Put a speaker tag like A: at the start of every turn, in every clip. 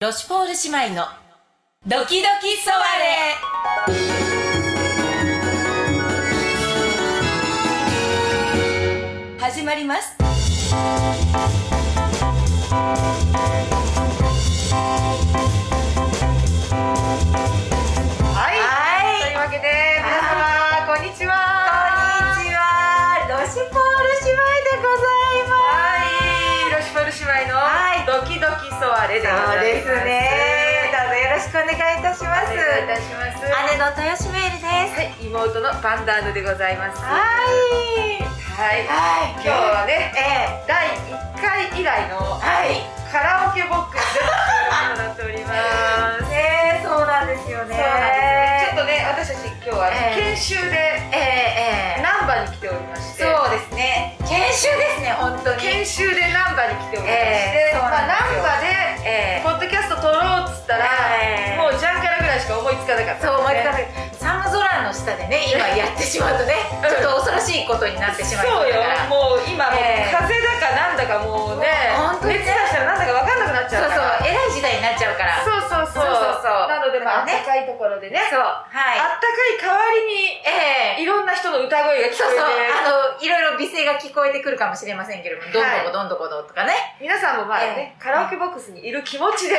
A: ロシュポール姉妹のドキドキソワレ始まりますはい
B: はい、というわけで皆様こんにち
A: こ
B: は
A: んにちはロシュポール姉妹でございます
B: はいロシュパル姉妹の
A: はい
B: ドキドキソワレでござ
A: そうで
B: います
A: すねどうぞよろしくお願いいたしま
B: お
A: す
B: 願いいたします
A: 姉の豊島エリです
B: はい妹のバンダーヌでございますは
A: はい
B: い
A: はい
B: 今日はね
A: ええ
B: 第1回以来の
A: はい
B: カラオケボックスでとなって おります
A: ねえそうなんですよね
B: そうなんですちょっとね私たち今日は
A: ええ
B: 研修で
A: ええええ
B: 難波に来ておりまして
A: そうですね研修ですね本当に
B: 研修で難波に来ておりまして、
A: ええそう
B: ま
A: な
B: あ
A: んですよ
B: 難波で
A: ええ
B: ポッドキャスト撮ろうっつったら、
A: ええ
B: もうジャンカラぐらいしか思いつかなかった
A: そう思い浮か
B: な
A: べる寒空の下でね今やってし まうとね
B: うん
A: ちょっと恐ろしいことになってしまいま
B: そう
A: す
B: よ
A: から
B: もう今もう
A: ええ
B: 風邪だかなんだかもうね
A: もう本当にね
B: 熱出したらなんだか分かんなくなっち
A: そうそう
B: ゃから
A: う偉い時代になっちゃうから
B: そうそうそう
A: そうそうそう
B: なのでまあ、
A: ね
B: あったかいところでね
A: そうは
B: あったかい代わり
A: い
B: に
A: ええ
B: いろんな人の歌声が聞こ
A: そうそう
B: えて
A: あのいろいろ美声が聞こえてくるかもしれませんけれどもどんどこどんどこどんとかね
B: 皆さんもまあね、
A: ええ
B: カラオケボックスにいる気持 ちで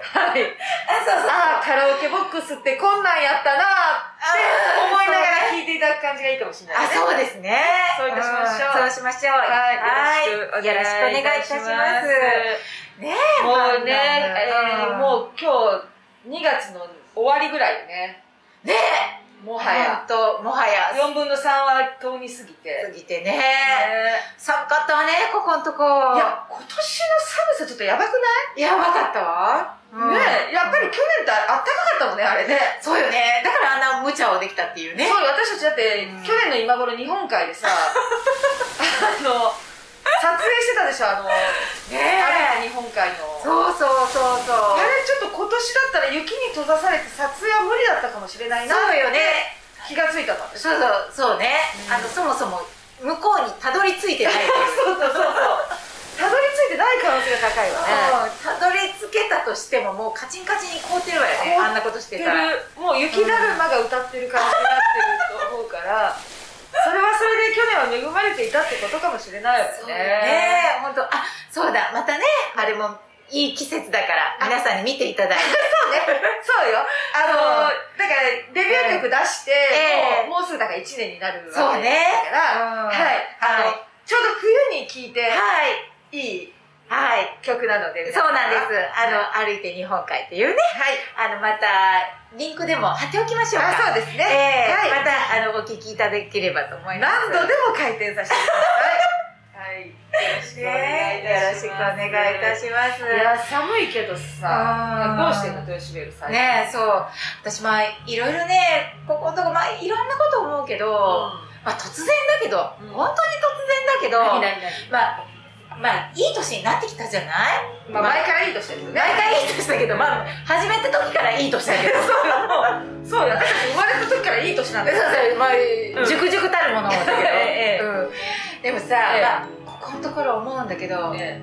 B: はい
A: あそう
B: ああカラオケボックスってこんなんやったなーって思いながら
A: ら
B: 聞いていただく感じがいいかもしれな
A: あ
B: いね
A: そうですね
B: そういたしましょう
A: そう
B: ん
A: しましょう
B: はい
A: はい
B: よ
A: よ
B: ろ
A: ろ
B: し
A: しく
B: くお
A: お
B: 願
A: 願い
B: いい
A: い
B: た
A: た
B: し
A: し
B: ま
A: ますすねえ
B: もうね、
A: まあ
B: えーもう今日2月の終わりぐらいね
A: ね
B: も
A: も
B: はや
A: ともはや
B: 4分の3は遠に過ぎ
A: 過
B: て、
A: ぎて
B: ね
A: ね寒かったわねここんとこ
B: いや今年の寒さちょっとやばく
A: やばかったわ、
B: ない、ねやっぱり去年ってあったかかったもんねあれね
A: そうよねだからあんな無茶をできたっていうね
B: そう私たちだって、
A: うん
B: 去年の今頃日本海 でさあの撮影してたでしょあの
A: ね
B: ある日本海の
A: そうそうそうそう
B: あれちょっと今年だったら雪に閉ざされて撮影は無理だったかもしれないな
A: そうよね
B: 気がついた の
A: そうそうそうね、
B: うん
A: あのそもそも向こうにたどり着いてないっていう
B: そうそうそうたどり着いてない可能性が高いわね
A: うんたどり着けたとしてももうカチンカチンに凍ってるわよね
B: 凍ってる
A: あんなことしてたら
B: もう雪だるまが歌ってる感じになってると思うからそれはそれで去年は恵まれていたってことかもしれない
A: そ
B: よ
A: う
B: ね
A: ね本当あそうだまたねあれもいい季節だから
B: あ
A: 皆さんに見ていただいて
B: そうよあの
A: う
B: だからデビュー曲出して、
A: ええ
B: もうもうすぐだから1年になるわけですか
A: そ
B: ら
A: うねうん
B: はいあの、
A: は
B: ちょうど冬に聴いて
A: はい
B: いい
A: はい
B: 曲なので
A: そうなんです。あ
B: は
A: の、歩いて日本海っていうね、
B: い
A: あの、また、リンクでも貼っておきましょうか。
B: あそうですね、
A: ええ
B: はい
A: また、あの、お聞きいただければと思います。
B: 何度でも回転させてくだ
A: ねよろしくお願いい
B: さいはいよろしくお願いいたします
A: たします。
B: いや寒いけどさ
A: うん
B: どうしてんの豊島ベルさん
A: ねえ、そう。私、まあ、いろいろね、ここのとこ、まあ、いろんなこと思うけど、まあ、突然だけど、
B: うん
A: 本当に突然だけど、
B: 何何
A: まあ、まあ、いい年になってきたじゃない
B: 何まあ前からいいとしてるよね
A: 毎回いい年だけど、まあ、始めた時からいい年だけ ど。
B: そうよもうそうよ私たち生まれた時からいい年なんだ
A: そう
B: よ
A: そう、まあ、
B: ん
A: 熟々たるものだ けど、
B: ええ
A: うん、でもさ、
B: ええ
A: まあ、ここのところ思うんだけど、
B: え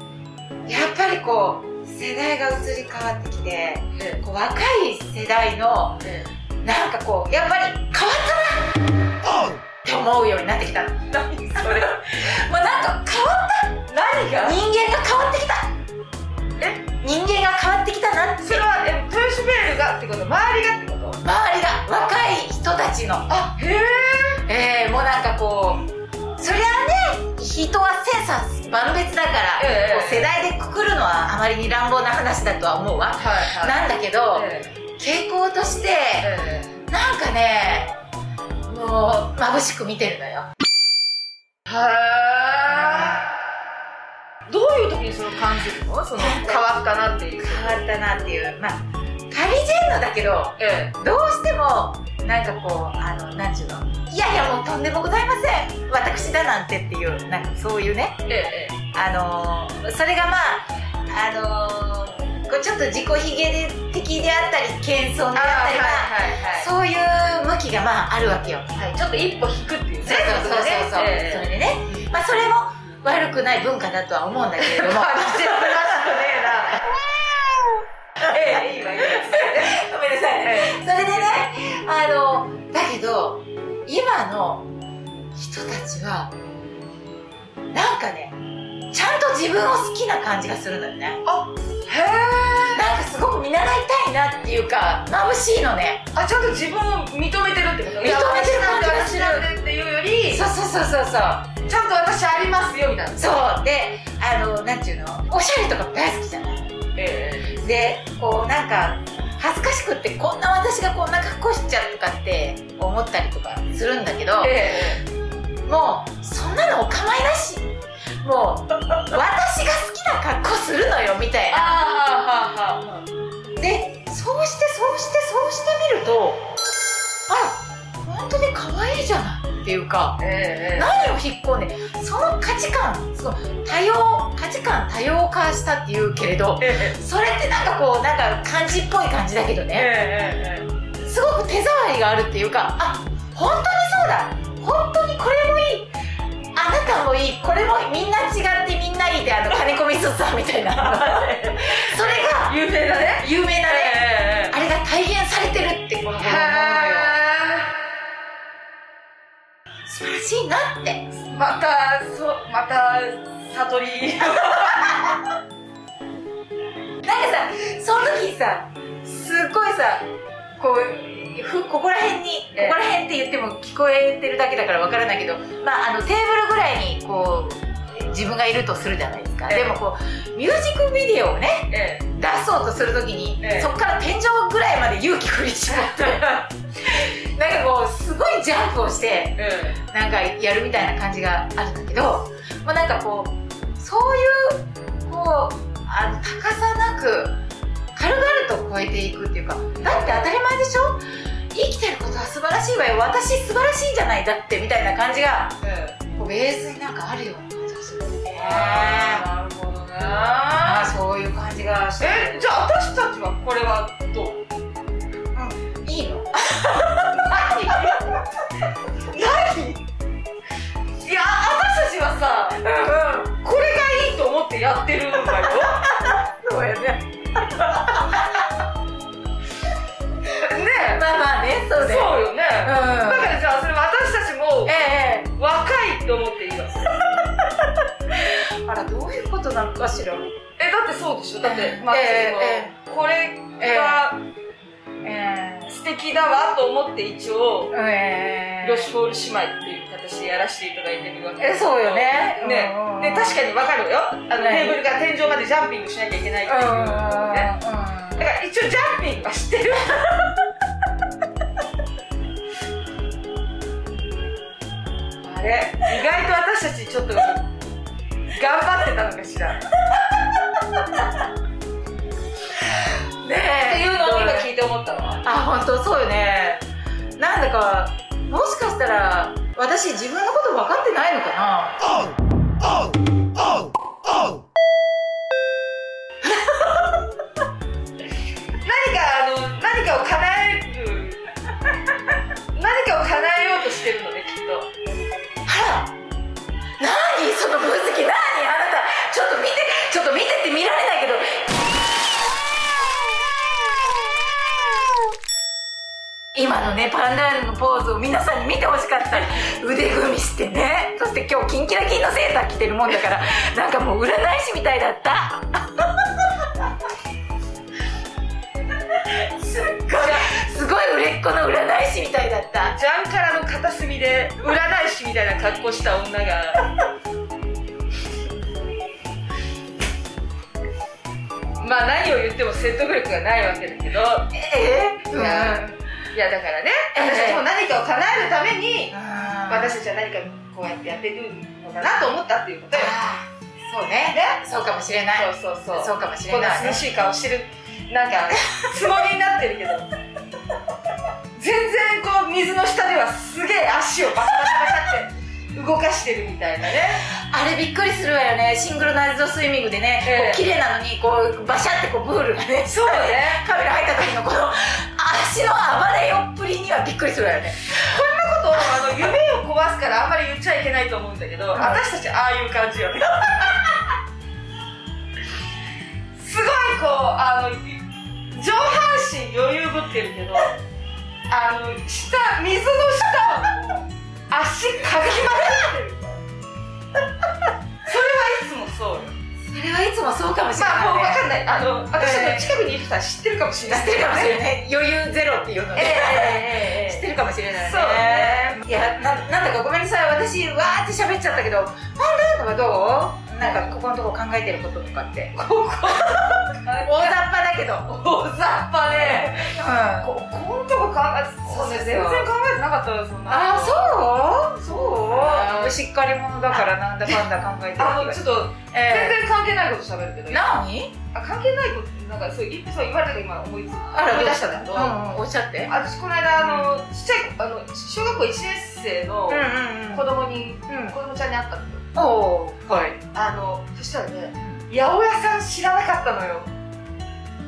A: やっぱりこう世代が移り変わってきて
B: え
A: こう若い世代の
B: え
A: なんかこうやっぱり変わったなって思うようになってきたのもう
B: え何それ
A: なんか変わ
B: 何が
A: 人間が変わってきた
B: え
A: 人間が変わってきたなって
B: それはえ豊島ベルがってこと周りがってこと
A: 周りが若い人たちの
B: あへえ
A: ええもうなんかこうそりゃあね人は千差万別だから、
B: ええ
A: こう世代でくくるのはあまりに乱暴な話だとは思うわ、
B: はいはい
A: なんだけど、
B: え
A: 傾向として、
B: え
A: なんかねもう眩しく見てるのよ
B: へーどういう時にそれを感じるのその変わったなっていう
A: 変わったなっていうまあパリジェンヌだけど
B: ええ
A: どうしてもなんかこうあのなんちゅうのいやいやもうとんでもございません私だなんてっていうなんかそういうね
B: ええ
A: あのーそれがまああのーこうちょっと自己ひげ的であったり謙遜であっ
B: あ
A: たり
B: は
A: まあ、そういう向きがまああるわけよ
B: いはいはいはいちょっと一歩引くっていうね
A: そうそうそうそう、それ
B: ええ
A: でね、まあ、それも悪くない文化だとは思うんだけれども
B: 感じてま
A: 分を好きな感じがするのよね
B: あへえ
A: なんかすごく見習いたいなっていうか眩しいのね
B: あちゃんと自分を認めてるってこと
A: 認めてる感じがする
B: 私なんだ私なんだっていうより
A: そうそうそうそうそう
B: ちゃんと私ありますよみたいな
A: そうであのなんていうのおしゃれとか大好きじゃない
B: え
A: でこうなんか恥ずかしくってこんな私がこんな格好しちゃうとかって思ったりとかするんだけど
B: ええ
A: もうそんなのお構いなしもう私が好きな格好するのよみたい
B: あ
A: な
B: あはあはあ
A: でそうしてそうしてそうしてみるとあら本当に可愛いじゃないっていうか
B: ええ
A: 何を引っ込んでその価値観その多様価値観多様化したっていうけれど
B: え
A: それってなんかこうなんか漢字っぽい感じだけど
B: ええ
A: ね
B: えええ
A: すごく手触りがあるっていうかあ本当にそうだ本当にこれもいいあなたもいいこれもいいみんな違ってみんないいってあの金子みそさんみたい なそれが
B: 有名だね
A: 有名なね
B: え
A: あれが体現されてるってこの
B: え
A: 子
B: へ
A: 供は
B: え
A: 素晴らしいなって
B: またそまた悟り
A: なんかさその時にさすっごいさこうふここら辺にこ
B: ええ
A: こら辺って言っても聞こえてるだけだからわからないけど、まあ、あのテーブルぐらいにこう自分がいるとするじゃないですか、
B: え
A: で
B: え
A: もこうミュージックビデオをね
B: ええ
A: 出そうとする時に、
B: ええ
A: そこから天井ぐらいまで勇気振り絞って なんかこうすごいジャンプをして
B: え
A: なんかやるみたいな感じがあるんだけど、まあ、なんかこうそういうこうあの高さなく軽々と超えていくっていうかだって当たり前でしょ生きてることは素晴らしいわよ私素晴らしいじゃないだってみたいな感じが
B: ええ
A: こうベースになんかあるような感じがするよね
B: えなるほどね
A: あーそういう感じがして
B: えじゃあ私たちはこれはどう
A: いいの
B: いや私たちはさ、これがいいと思ってやってるんだよ
A: そうやね
B: ね
A: まあまあねそう
B: そう
A: だよ
B: よね、だ
A: う
B: か
A: ん
B: らじゃあそれ私たちも
A: ええ
B: 若いと思っていいわえ
A: ええあらどういうことなのかしら
B: だってそうでしょだってまあ、
A: え
B: そのこれが
A: え
B: 素敵だわと思って一応、
A: えええ
B: ロシュフォール姉妹っていう形でやらせていただいてるわけ
A: えそうよね
B: ね
A: うんうんうん
B: で確かに分かるよあの
A: ね
B: テーブルから天井までジャンピングしなきゃいけないっていう
A: うん
B: ねだから一応ジャンピングはしてるあれ意外と私たちちょっと頑張ってたのかしらって
A: ねえ
B: いうのを今聞いて思ったわ
A: あ本当そうよねなんだかもしかしたら私自分のこと分かってないのかな
C: Oh, oh, oh, oh.
B: 何かあの何かを叶える何かを叶えようとしてるのねきっと
A: あら何その分析何あなたちょっと見てちょっと見てって見られないけど今のねパンダールのポーズを皆さんに見てほしかった腕組みしてねそして今日キンキラキンのセーター着てるもんだからなんかもう占い師みたいだったすっごいすごい売れっ子の占い師みたいだった
B: ジャンカラの片隅で占い師みたいな格好した女がまあ何を言っても説得力がないわけだけどいや
A: ええ
B: いやだからね私たちも何かを叶えるために
A: 私
B: 私たちは何かこうやってやってるのかなと思ったっていうことよ
A: そうねそうかもしれない
B: そうそうそう
A: そうかもしれ
B: こんな
A: ない
B: 涼しい顔してるなんかつもりになってるけど全然こう水の下ではすげえ足をバタバタバタって動かしてるみたい なね
A: あれびっくりするわよねシングルナイズドスイミングでね、
B: ええ
A: こう綺麗なのにこうバシャってこうプールがね
B: そうね
A: カメラ入った時のこの足の暴れよっぷりにはびっくりするわよね
B: ことあの夢を壊すからあんまり言っちゃいけないと思うんだけど、
A: ん
B: 私たちああいう感じよね すごいこうあの上半身余裕ぶってるけどあの下水の下をこう足かきまくってるそれはいつもそうよ
A: そうそれはいつもそうかもしれない、ね
B: まあもう分かんないあの私
A: ええ
B: の近くにいる人は知ってるかもしれ
A: 知
B: ない
A: ってるかもし れない余裕ゼロっていうのね、
B: ええええええ
A: 知ってるかもしれないね
B: そうね
A: いやななんだかごめんなさい私わーって喋っちゃったけどファンランドはどうなんかここのとこ考えてることとかって
B: こ こ
A: 大雑把だけど、うん、
B: 大雑把ねここんとこ考え
A: そうですよ
B: 全然考えてなかったわそんな
A: あそう
B: そう
A: そうしっかり者だからなんだかんだ考えてる気
B: あ
A: が
B: のち
A: す
B: ょ
A: る
B: っと全
A: え
B: 然関係ないこと喋るけど
A: え何
B: あ関係ないことなんかそういそう言われたら今思いつ
A: あら
B: 思い出したんだけど、
A: うんうんおっしゃって
B: 私この間あのちっちゃい子あの小学校1年生の
A: ん
B: 子供に、
A: うん
B: 子供ちゃんに会ったんですよ
A: おーはい
B: あのそしたらね八百屋さん知らなかったのよえ 八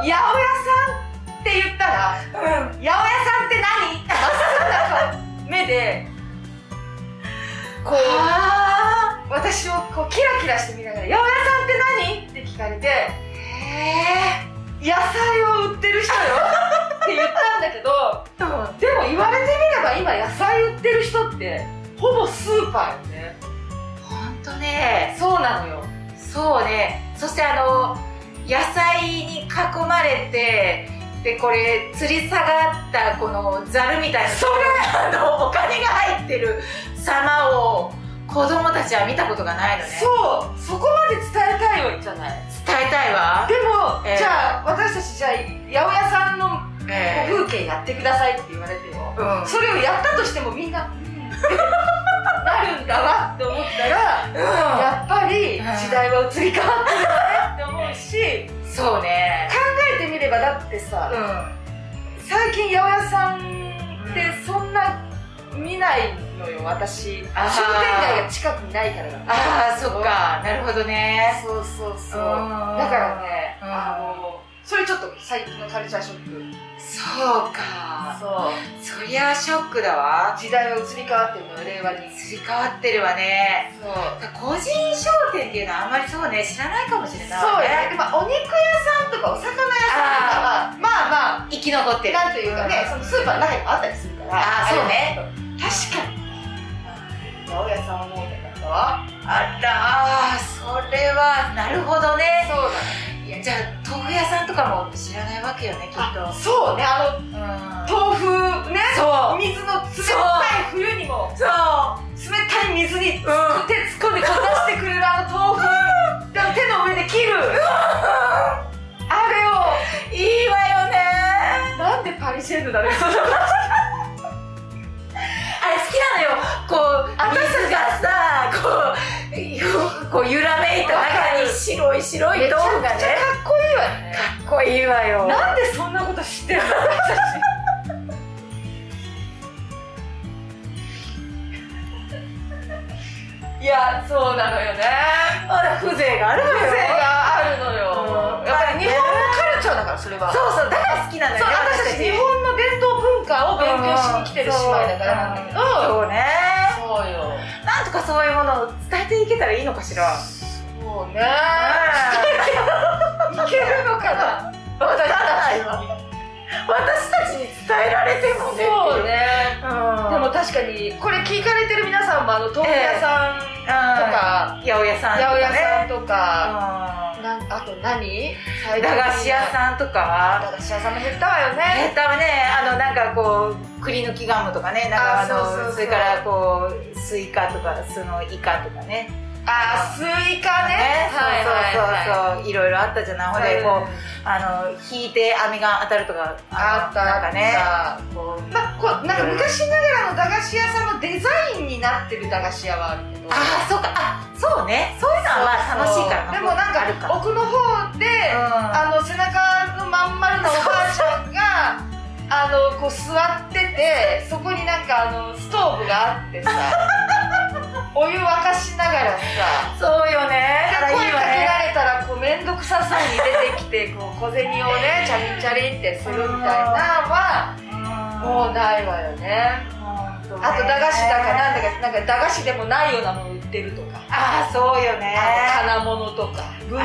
B: 百屋さんって言ったら「
A: うん
B: 八百屋さんって何?」って真っ直ぐな目でこう
A: あ
B: 私をこうキラキラして見ながら「八百屋さんって何?」って聞かれ
A: ー
B: て
A: へ
B: 「野菜を売ってる人よ」って言ったんだけど
A: えうん
B: でも言われてみれば今野菜売ってる人ってほぼスーパーよね
A: ほんとね
B: そうなのよ
A: そうねそしてあの野菜に囲まれてでこれ吊り下がったこのざるみたいなそれあのお金が入ってる様を子供たちは見たことがないのね
B: そうそこまで伝えたいよじゃない
A: 伝えたいわ
B: でも、
A: ええ
B: じゃあ私たちじゃあ八百屋さんの
A: え
B: 風景やってくださいって言われてよ
A: えうん
B: それをやったとしてもみんなうんなるん だわって思ったら
A: う
B: やっぱり時代は移り変わってるよねって思うし
A: んそうね
B: 考えてみればだってさ、
A: うん
B: 最近八百屋さんってそんな見ないのよ私商店
A: あー
B: 街が近くにないからだ
A: ああそっかなるほどね
B: そうそうそうだ
A: ん
B: からね
A: うん
B: あのそれちょっと最近のカルチャーショック
A: そうか
B: そ
A: そ
B: う
A: りゃショックだわ
B: 時代は移り変わってるのよ令和に
A: すり替わってるわね
B: そう
A: 個人商店っていうのはあんまりそうね知らないかもしれない
B: そうやねでもお肉屋さんとかお魚屋さんとかはまあまあ
A: 生き残ってる
B: なんというかね、
A: うん
B: そのスーパーの中にもあったりするから
A: あーそうね
B: 確かに八百屋さんはもうだからわ
A: あらーそれはなるほどね
B: そう
A: いやじゃあ豆腐屋さんとかも知らないわけよねきっと
B: だそうねあの
A: うん
B: 豆腐ね
A: そう
B: 水の冷たい冬にも
A: そう
B: 冷たい水に手突っ
A: うん
B: 込んでかざしてくれるあの豆腐でも手の上で切るあ
A: いいわよね
B: れをなんでパリシェンヌだね
A: あれ好きなのよこう水がさこうこう揺らめいた中に白い白い
B: めちゃ
A: 豆腐
B: くちゃ
A: がね
B: かっこいいわね
A: かっこいいわよ
B: なんでそんなこと知ってるの私いやそうなのよね
A: まだ風情があるわよ
B: 風情があるのよ、
A: うん
B: やっぱり日本のカルチャーだからそれは
A: そうそうだから好きなんだ
B: そ
A: よ
B: う
A: ね
B: 私たち日本の伝統文化を勉強しに来てる姉妹だからなんだけど
A: そうね
B: そうよ
A: なんとかそういうものを伝えていけたらいいのかしら
B: そうねいけるのかな私たちは
A: 私たちに伝えられてもね
B: そう
A: ね
B: ね
A: で
B: で
A: も
B: も確かにこれ聞かれてる皆さんもあの豆腐屋さんとか、
A: 八百屋さん
B: 八
A: とか
B: 百
A: ね
B: 屋さんとか、
A: うん
B: なんあと何
A: 駄菓子屋さんと
B: 駄
A: か
B: 菓子屋さんも減ったわよ
A: え
B: ね
A: っとねあのなんかこう栗の木ガムとかねなんかあ
B: あそうそうそ
A: の
B: う
A: それからこうスイカとかそのイカとかね
B: あスイカね
A: ね
B: はいはいは
A: そうそうそ
B: い
A: うそういろいろあったじゃないほんでこうあの引いて網が当たるとか
B: あ
A: の
B: った
A: なんかね
B: あった
A: こう
B: まあ、こうなんか昔ながらの駄菓子屋さんのデザインになってる駄菓子屋はあるけど
A: ああそうかあそうねそういうのはまあ楽しいから
B: でもなん
A: あるか
B: か奥の方で、
A: あ
B: あの背中のまん丸のおばあちゃんがあのこう座っててそこになんかあのストーブがあっ てさお湯沸かしながらさ
A: そうよね
B: で
A: あらいい
B: 声
A: わ
B: かけ
A: ね
B: られたらこう面倒くさそうに出てきてこう小銭をねチャリンチャリンってするみたいなのはもうないわよねあと駄菓子だかなんだかなんか駄菓子でもないようなもの売ってるとか
A: ああそうよね
B: あの金物とか文房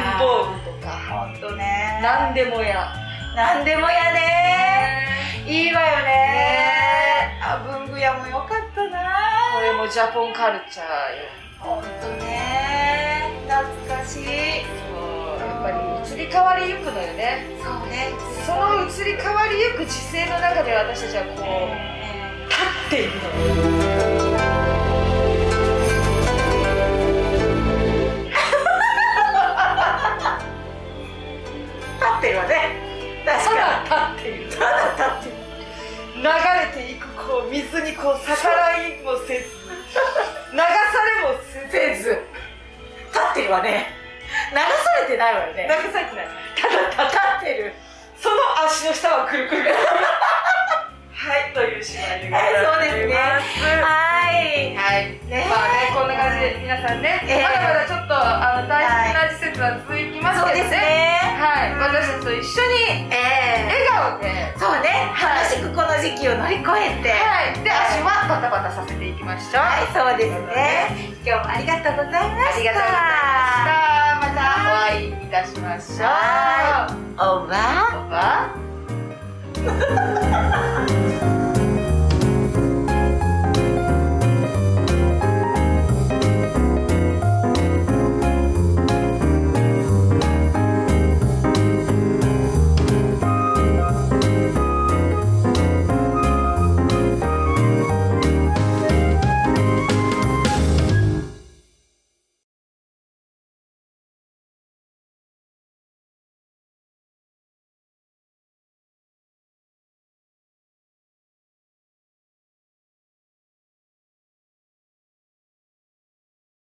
B: 具とか
A: ほんとね
B: 何でもや
A: なんでもやねいいわよね
B: ね
A: あ文具屋もよかった
B: こ
A: な
B: れもジャポンカルチャーよ
A: ほんとね懐かしい
B: そうやっぱり移り変わりゆくのよね
A: そうね
B: その移り変わりゆく時勢の中で私たちはこう立っていくのよ
A: 立ってるわね確
B: た
A: か
B: だ立っている
A: にただ立ってる
B: 流れていくこう水にこう逆らいもせず流されもせず
A: せず立ってるわね流されてないわよね
B: 流されてない
A: ただ立ってる
B: その足の下はくる くるはいという締まりでございます
A: はいそうですねはい
B: はい、
A: ね
B: まあね、こんな感じで皆さんね、
A: ええ
B: まだまだちょっとあの大変な季節は続きます
A: そう
B: け
A: で
B: ど
A: す
B: ね、
A: ね
B: はい
A: うん
B: 私たちと一緒に
A: ええ
B: 笑顔で、は
A: そうね楽しくこの時期を乗り越えて
B: い、で足はバタバタさせていきましょう。
A: はいそうですね今日もありがとうございました
B: ありがとうございました。またお会いいた
A: Oh,
B: しましょう。
A: はおば
B: おば